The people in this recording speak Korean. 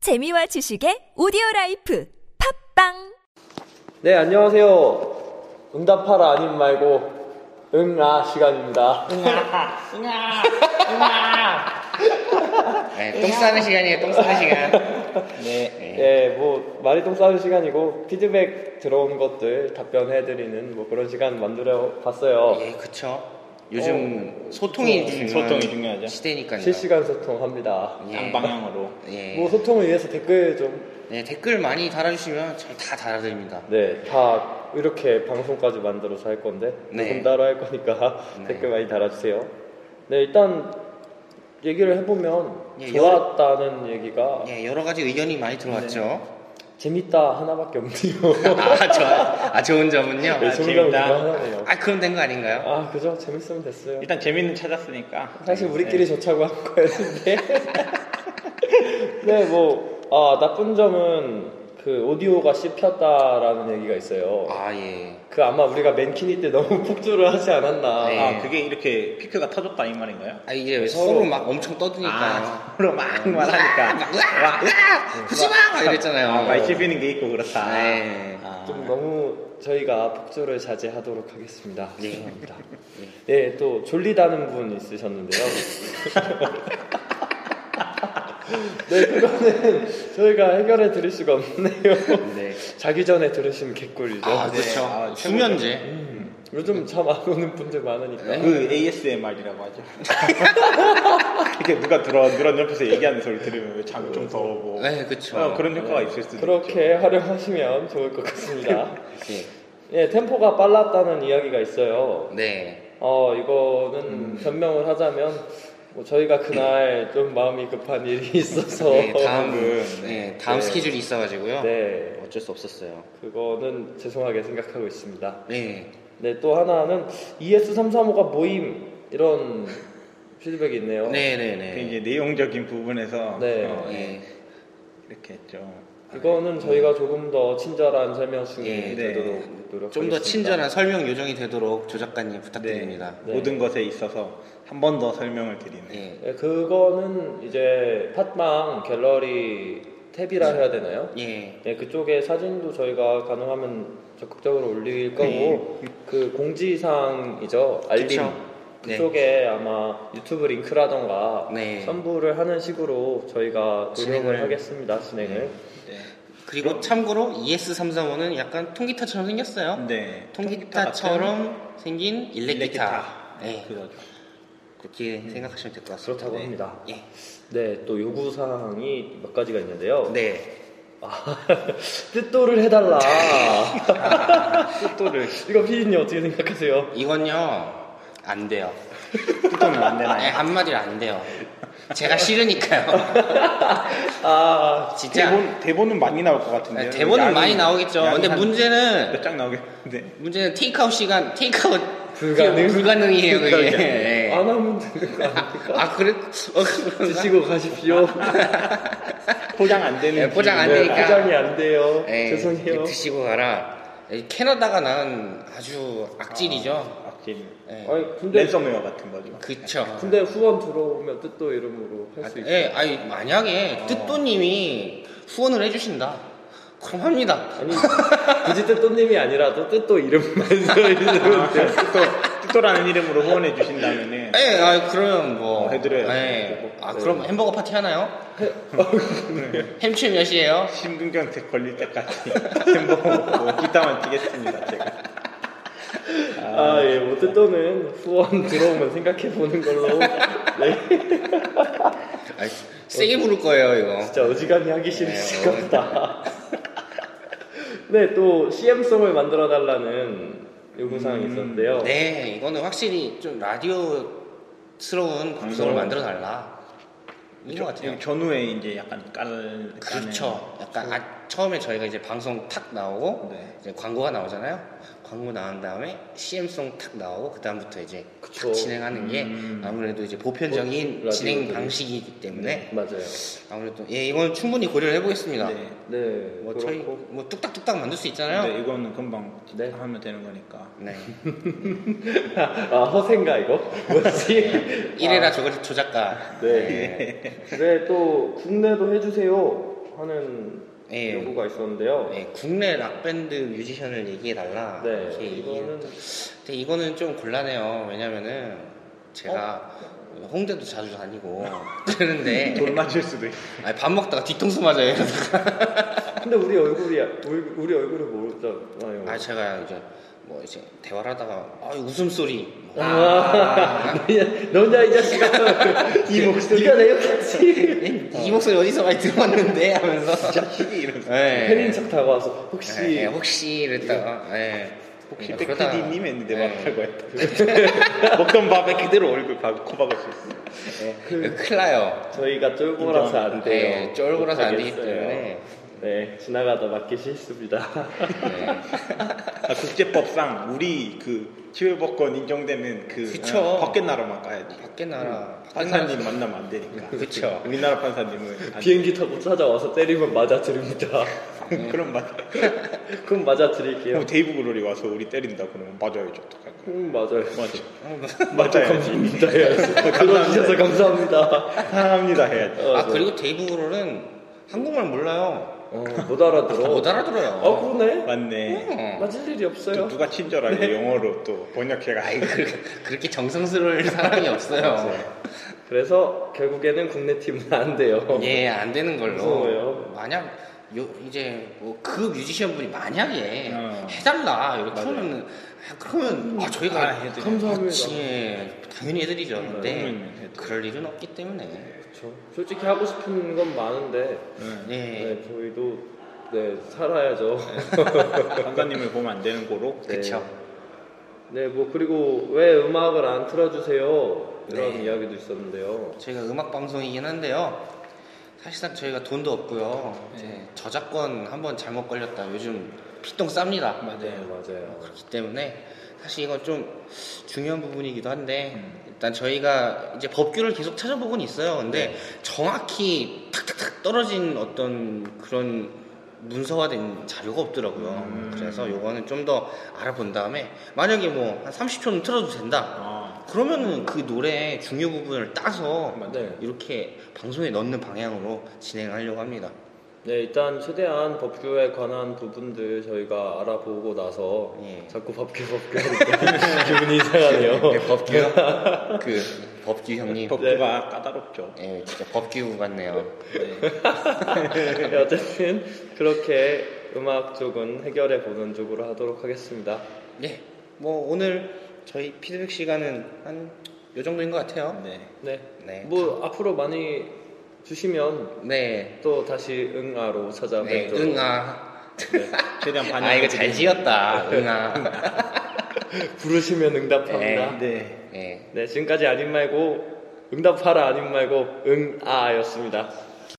재미와 지식의 오디오 라이프 팝빵 네, 안녕하세요. 응답하라 아님 말고 응아 시간입니다. 응아, 응아. 네, 똥 싸는 시간이에요, 똥 싸는 시간. 네. 예, 뭐 말이 똥 싸는 시간이고 피드백 들어온 것들 답변해 드리는 뭐 그런 시간 만들어 봤어요. 예, 그쵸. 요즘 소통이 음, 중요한 소통이 중요하죠. 시대니까요. 실시간 소통합니다. 예. 양방향으로 예. 뭐 소통을 위해서 댓글 좀 네, 댓글 많이 달아주시면 저희 다 달아드립니다. 네, 다 이렇게 방송까지 만들어서 할 건데 네. 조금 따로 할 거니까 네. 댓글 많이 달아 주세요. 네, 일단 얘기를 해보면 예, 좋았다는 얘기가 예, 여러 가지 의견이 많이 들어왔죠. 재밌다 하나밖에 없네요. 아, 저, 아, 좋은 점은요. 네, 정답은 재밌다. 그거 하나네요. 아, 그럼 된 거 아닌가요? 아 그죠 재밌으면 됐어요. 일단 재밌는 찾았으니까 네. 사실 우리끼리 좋자고 한 거였는데. 네, 뭐, 아, 나쁜 점은 그 오디오가 씹혔다라는 얘기가 있어요. 아, 예. 그 아마 우리가 맨키니 때 너무 폭주를 하지 않았나. 네. 아 그게 이렇게 피크가 터졌다 이 말인가요? 아, 이게 서로- 서로, 막 엄청 떠드니까. 네, 아, 서로 막 말하니까 으악! 으악! 아, 하지마! 막 이랬잖아요. 아, 말 씹히는 게 있고 그렇다 네. 아, 좀 너무 저희가 폭주를 자제하도록 하겠습니다. 예. 죄송합니다. 네, 또 졸리다는 분 있으셨는데요. 네, 그거는 저희가 해결해 드릴 수가 없네요. 네. 자기 전에 들으시면 개꿀이죠. 아, 네. 그렇죠. 아, 수면제. 요즘 잠 안 오는 분들 많으니까. 네. 그 ASMR이라고 하죠 이렇게 누가 들어 누런 옆에서 얘기하는 소리 들으면 왜 잠이 좀 더 오고 네, 그쵸. 어, 그런 효과가 있을 수도 있죠 그렇게 활용하시면 좋을 것 같습니다. 예. 예, 템포가 빨랐다는 이야기가 있어요. 네. 어, 이거는 음. 변명을 하자면 뭐 저희가 그날 좀 마음이 급한 일이 있어서 네, 다음, 방금. 네, 다음 스케줄이 있어가지고요. 네, 어쩔 수 없었어요. 그거는 죄송하게 생각하고 있습니다. 네. 네, 또 하나는 ES335가 모임 이런 피드백이 있네요. 네네네. 이제 내용적인 부분에서 네. 어, 예. 이렇게 좀 이거는 저희가 조금 더 친절한 설명충이 예, 네. 되도록 노력하겠습니다. 좀 더 친절한 설명 요정이 되도록 조 작가님 부탁드립니다. 네. 모든 것에 있어서 한 번 더 설명을 드리는 네. 예, 그거는 이제 팟빵 갤러리 탭이라 해야 되나요? 예. 예, 그쪽에 사진도 저희가 가능하면 적극적으로 올릴 거고 네. 그 공지사항이죠 알림 그쵸. 네. 그쪽에 아마 유튜브 링크라던가 네. 선부를 하는 식으로 저희가 노력을 진행을. 하겠습니다 진행을 네. 그리고 참고로 ES335는 약간 통기타처럼 생겼어요. 네. 통기타처럼 생긴 일렉기타. 일렉기타. 네. 그거죠. 그렇게 생각하시면 될 것 같습니다. 그렇다고 네. 합니다 예. 네또 요구사항이 몇 가지가 있는데요 네. 아, 뜻도를 해달라 뜻도를 이거 피디님 어떻게 생각하세요? 이건요, 안 돼요. 뜻도는 안 네, 되나요? 한마디로 안 돼요. 제가 싫으니까요. 아 진짜. 대본, 대본은 많이 나올 것 같은데 네, 대본은 많이 나오겠죠. 근데 문제는 몇장 나오겠는데 문제는 테이크아웃 시간 테이크아웃 그 불가능? 불가능이에요 그게. 그러니까 예. 안 하면 되는 거 아닙니까? 아 그래? 어, 그런가? 드시고 가십시오. 포장 안 되는 아, 네, 포장 안 기준으로. 네, 되니까. 포장이 안 돼요. 예, 죄송해요. 드시고 가라. 예, 캐나다가 난 아주 악질이죠. 악질 예. 아니 근데 랜섬웨어 같은 거죠 그쵸. 근데 후원 들어오면 뜻도 이름으로 할 수 있어요. 예, 아니 만약에 뜻도님이 후원을 해주신다. 그럼 합니다. 아니 굳이 뜻도님이 아니라도 뜻도 이름만 써 있는 데 뜻도, 뜻도라는 아, 이름으로 후원해 주신다면은 예, 아 그러면 뭐 해드려요. 예. 아 그럼 햄버거 파티 하나요? 햄치 몇이에요 심근경색 걸릴 때까지 뭐, 햄버거 먹고 기타만 치겠습니다 제가 아예 뭐 뜻도는 후원 들어오면 생각해 보는 걸로. 네 아이, 세게 부를 거예요 이거. 진짜 어지간히 하기 네, 싫으실 겁니다. 네또 CM송을 만들어 달라는 요구사항이 있었는데요. 음, 네, 이거는 확실히 좀 라디오스러운 음. 방송을 만들어 달라. 이것 같아요. 전후에 이제 약간 깔 그렇죠. 약간 아, 처음에 저희가 이제 방송 탁 나오고 네. 이제 광고가 나오잖아요. 광고 나온 다음에 CM송 탁 나오고 그 다음부터 이제 그쵸. 탁 진행하는 게 아무래도 이제 보편적인 뭐, 진행 라디오들이. 방식이기 때문에 맞아요. 아무래도 예 이건 충분히 고려를 해보겠습니다. 네. 네 뭐 저희 그렇고 뭐 뚝딱뚝딱 만들 수 근데 있잖아요. 이거는 금방 네. 하면 되는 거니까 네. 아 허세인가 이거 뭐지? 아. 이래라 저거 조작가. 네. 네, 또 국내도 해주세요. 하는 예. 요구가 있었는데요. 네, 국내 락밴드 뮤지션을 얘기해달라. 네, 이렇게 이거는 얘기했는데 근데 이거는 좀 곤란해요. 왜냐면은 제가 어? 뭐 홍대도 자주 다니고 그러는데 돈 맞을 수도 있어. 아니, 밥 먹다가 뒤통수 맞아요. 이러다가. 근데 우리 얼굴이 우리, 우리 얼굴을 모르잖아요. 아 제가 이제 뭐 이제 대화를 하다가 아 웃음소리 뭐, 아. 너 혼자 이 자식아 이 목소리 네가 내 옆에 예? 이 목소리 어디서 많이 들어봤는데 하면서 자식이 이러면서. 예. 팬인 척 다가와서 혹시 예, 예, 혹시 이랬다가 예. 혹시 그러니까 그러다가- 백PD님 했는데 예. 말하고 했다. 먹던 밥에 그대로 얼굴 박- 코박을 수 있어. 예, 큰일 나요. 저희가 쫄보라서 안 돼요 예, 쫄고라서 안 되기 못하겠어요. 때문에 네 지나가다 맞기 싫습니다 예. 아, 국제법상 우리 그 치외법권 인정되는 그 그쵸. 어, 밖에 나라만 가야지. 밖에 나라 아, 밖에 나라 아, 판사님 만나면 안 되니까. 그쵸. 우리나라 판사님은 안 비행기 타고 찾아와서 때리면 맞아드립니다 돼. 그럼 맞. 그럼 맞아드릴게요 그럼 데이브 글로리 와서 우리 때린다 그러면 맞아야지 어떡할 거야. 음 맞아요 맞아. 네. 감사합니다 해야지 불러주셔서 감사합니다 사랑합니다 해야지. 어, 아 네. 그리고 데이브로는 한국말 몰라요. 어, 못 알아들어 어. 못 알아들어요. 어. 아 그러네 맞네. 맞을 일이 또 없어요 누가 친절하게 영어로 또 번역해가. 아이 그, 그렇게 정성스러울 사람이 없어요. 그래서 결국에는 국내 팀은 안 돼요 예, 안 되는 걸로. 무서워요. 만약 요, 이제 뭐 그 뮤지션 분이 만약에 어. 해달라 이렇게 하면은 아, 그러면 아, 저희가 아, 해드려. 감사합니다. 그치, 예, 당연히 해드리죠. 근데 그러면 해드려. 그럴 일은 없기 때문에. 네. 그렇죠. 솔직히 하고 싶은 건 많은데 응. 네, 네, 저희도 네 살아야죠. 판사님을 보면 안 되는 거로. 네. 그쵸. 네, 뭐 그리고 왜 음악을 안 틀어주세요 이런 네. 이야기도 있었는데요. 저희가 음악 방송이긴 한데요. 사실상 저희가 돈도 없고요. 네. 이제 저작권 한번 잘못 걸렸다. 요즘 피똥 쌉니다. 네, 맞아요. 그렇기 때문에 사실 이건 좀 중요한 부분이기도 한데 음. 일단 저희가 이제 법규를 계속 찾아보고는 있어요. 근데 네. 정확히 탁탁탁 떨어진 어떤 그런 문서화된 자료가 없더라고요. 음. 그래서 요거는 좀 더 알아본 다음에 만약에 뭐 한 30초는 틀어도 된다. 아, 그러면은 그 노래의 중요 부분을 따서 맞아요. 이렇게 방송에 넣는 방향으로 진행하려고 합니다. 네, 일단 최대한 법규에 관한 부분들 저희가 알아보고 나서 예. 자꾸 법규 법규 하니까 기분이 이상하네요. 법규요? 그 법규 형님. 법규가 아, 까다롭죠. 예, 진짜 법규 같네요. 예. 네, 어쨌든 그렇게 음악 쪽은 해결해 보는 쪽으로 하도록 하겠습니다. 예. 뭐 오늘 저희 피드백 시간은 한 요 정도인 것 같아요. 네. 네, 네. 뭐 앞으로 많이 주시면 네. 또 다시 응아로 네. 찾아뵙도록. 응아. 최대한 반영. 아 이거 잘 지었다. 응아. 부르시면 응답합니다. 네. 네. 네. 예. 지금까지 아님 말고 응답하라 아님 말고 응아였습니다.